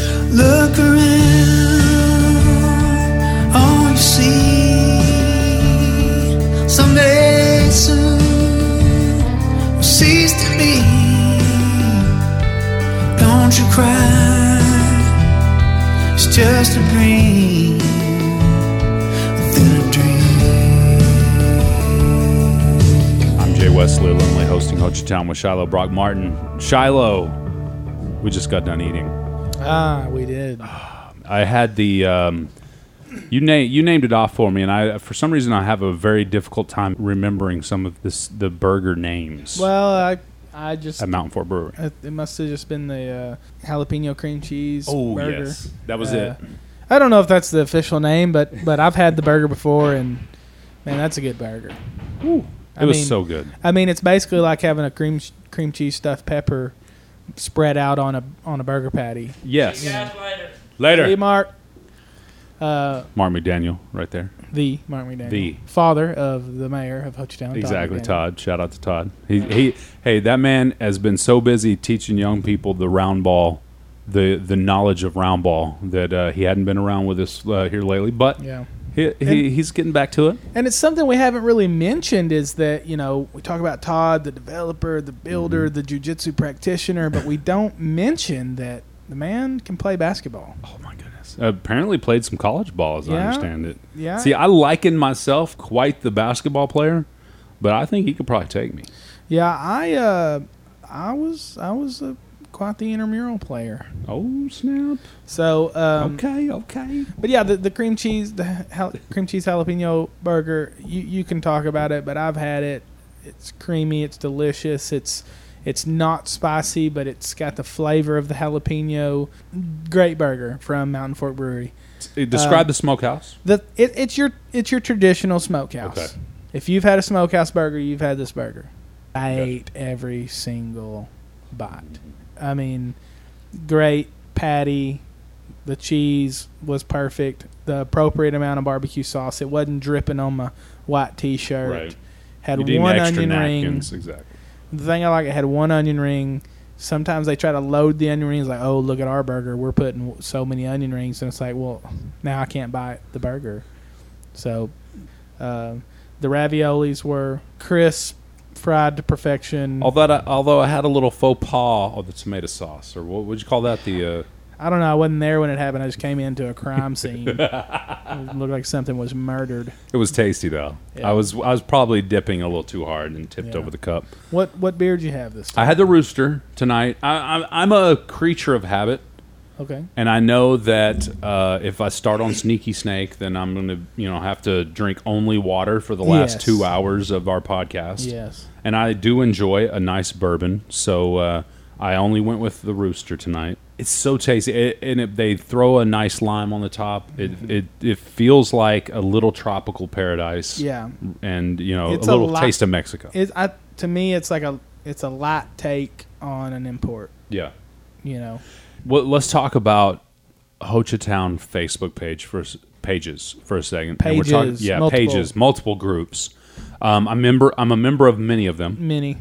Look around, all you see. Someday soon will cease to be. Don't you cry, it's just a dream. Within a dream. I'm Jay Wesley, lonely hosting Ho Chi Town with Shiloh Brock Martin. Shiloh, we just got done eating. Ah, we did. I had the um, you name you named it off for me, and I for some reason I have a very difficult time remembering some of this the burger names Well, I I just at Mountain Fort Brewery. it, it must have just been the uh, jalapeno cream cheese. Oh burger. yes, that was Uh, it. I don't know if that's the official name, but but I've had the burger before, and man, that's a good burger. It was so good. I mean, it's basically like having a cream sh- cream cheese stuffed pepper spread out on a on a burger patty. Yes. later. The Later, Mark, uh, Mark McDaniel, right there. the Mark McDaniel, The. father of the mayor of Hochtown. Exactly, Todd. Shout out to Todd. He, he, hey, that man has been so busy teaching young people the round ball, the the knowledge of round ball that uh, he hadn't been around with us uh, here lately. But Yeah. he, he he's getting back to it. And it's something we haven't really mentioned is that, you know, we talk about Todd, the developer, the builder, the jujitsu practitioner, but we don't mention that the man can play basketball. Oh my goodness! Apparently played some college ball, as I Yeah. understand it. Yeah. See, I liken myself quite the basketball player, but I think he could probably take me. Yeah, I uh I was I was a, quite the intramural player. Oh snap! So, um okay, okay. but yeah, the, the cream cheese the jal- cream cheese jalapeno burger, you you can talk about it, but I've had it. It's creamy, it's delicious. It's it's not spicy, but it's got the flavor of the jalapeno. Great burger from Mountain Fork Brewery. Describe the smokehouse. The it, it's your it's your traditional smokehouse. Okay. If you've had a smokehouse burger, you've had this burger. I ate every single bite. I mean, great patty. The cheese was perfect. The appropriate amount of barbecue sauce. It wasn't dripping on my white T-shirt. Had You need one extra onion ring. napkins, exactly. The thing I like, it had one onion ring. Sometimes they try to load the onion rings, like, oh, look at our burger. We're putting so many onion rings. And it's like, well, now I can't buy the burger. So um the raviolis were crisp, fried to perfection. Although I, although I had a little faux pas of the tomato sauce, or what would you call that? The uh, I don't know. I wasn't there when it happened. I just came into a crime scene. it looked like something was murdered. it was tasty though. Yeah. I was I was probably dipping a little too hard and tipped Yeah. over the cup. What what beer did you have this time? I had the rooster tonight. I, I, I'm a creature of habit, Okay. and I know that uh, if I start on Sneaky Snake, then I'm going to you know have to drink only water for the last Yes. two hours of our podcast. Yes. and I do enjoy a nice bourbon, so uh, I only went with the Rooster tonight. It's so tasty, it, and if they throw a nice lime on the top, it, Mm-hmm. it it feels like a little tropical paradise. Yeah. and you know It's a a little lot- taste of Mexico. It, I, to me, it's like a it's a light take on an import. yeah. You know. Well, let's talk about Hochatown Facebook page for s- pages for a second. And Pages, yeah, multiple. pages, multiple groups. Um, I'm member. I'm a member of many of them. Mini.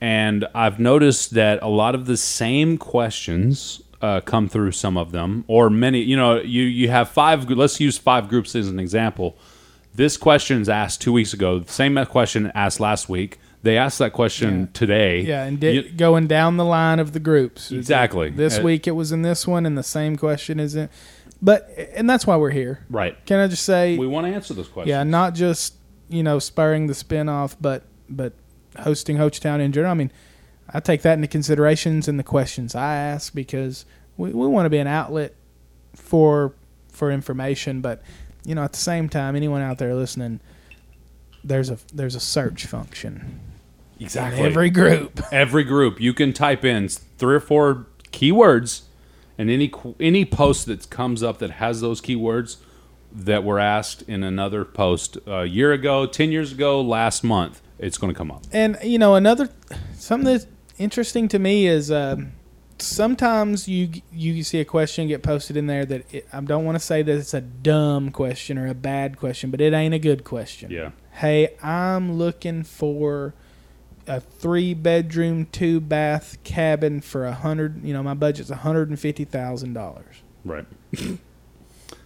and I've noticed that a lot of the same questions uh, come through some of them, or many. You know, you you have five. gr- Let's use five groups as an example. This question's asked two weeks ago. The same question asked last week. They asked that question Yeah. today. Yeah, and di- You- going down the line of the groups. Exactly. This Uh, week it was in this one, and the same question is in. But and that's why we're here. right. Can I just say, We want to answer those questions. yeah, not just you know spurring the spin off, but but hosting Hochtown in general. I mean, I take that into considerations in the questions I ask because we, we want to be an outlet for for information, but you know at the same time, anyone out there listening, there's a there's a search function. exactly. Every group. every group you can type in three or four keywords and any qu- any post that comes up that has those keywords that were asked in another post a year ago 10 years ago last month it's going to come up and you know another something that's interesting to me is um, sometimes you you see a question get posted in there that it, I don't want to say that it's a dumb question or a bad question, but it ain't a good question. yeah Hey, I'm looking for a three bedroom, two bath cabin for a hundred. You know, my budget's a hundred and fifty thousand dollars. Right.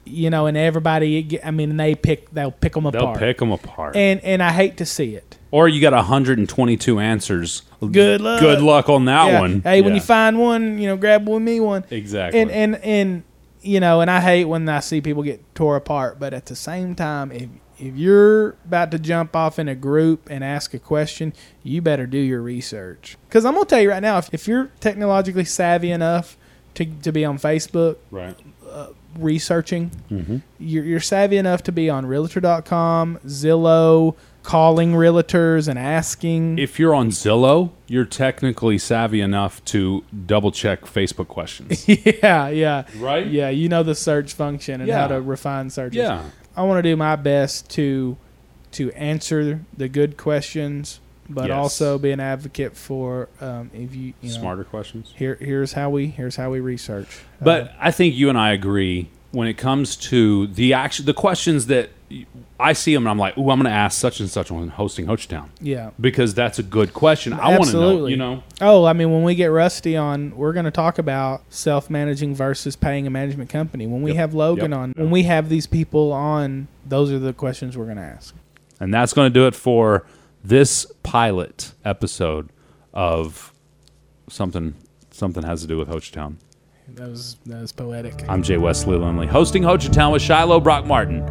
you know, and everybody. it ge- I mean, they pick. They'll pick them They'll 'em apart. pick them apart. And and I hate to see it. or you got 122 answers. Good luck. Good luck on that Yeah. one. Hey, when Yeah. you find one, you know, grab one, me one. Exactly. And and and you know, and I hate when I see people get tore apart. But at the same time, if if you're about to jump off in a group and ask a question, you better do your research. Because I'm gonna tell you right now, if, if you're technologically savvy enough to to be on Facebook right. researching, Mm-hmm. you're, you're savvy enough to be on Realtor.com, Zillow, calling realtors and asking. If you're on Zillow, you're technically savvy enough to double check Facebook questions. yeah, yeah. Right? Yeah, you know the search function and how Yeah. to refine searches. yeah. I want to do my best to to answer the good questions, but Yes. also be an advocate for um, if you, you know, Smarter questions. Here, here's how we here's how we research. Uh, But I think you and I agree when it comes to the action, the questions that y- I see them and I'm like, "Ooh, I'm going to ask such and such on hosting Hochtown yeah. because that's a good question. I want to know, Absolutely. you know." Oh, I mean, when we get rusty on, we're going to talk about self-managing versus paying a management company. When we Yep. have Logan Yep. on, Yeah. when we have these people on, those are the questions we're going to ask. And that's going to do it for this pilot episode of something something has to do with Hochtown. That was that was poetic. I'm Jay Wesley Lindley, hosting Hochtown with Shiloh Brock Martin.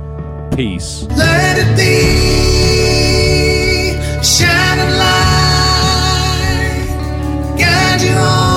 Peace. Let it be shining light, guide you on. Mm-hmm.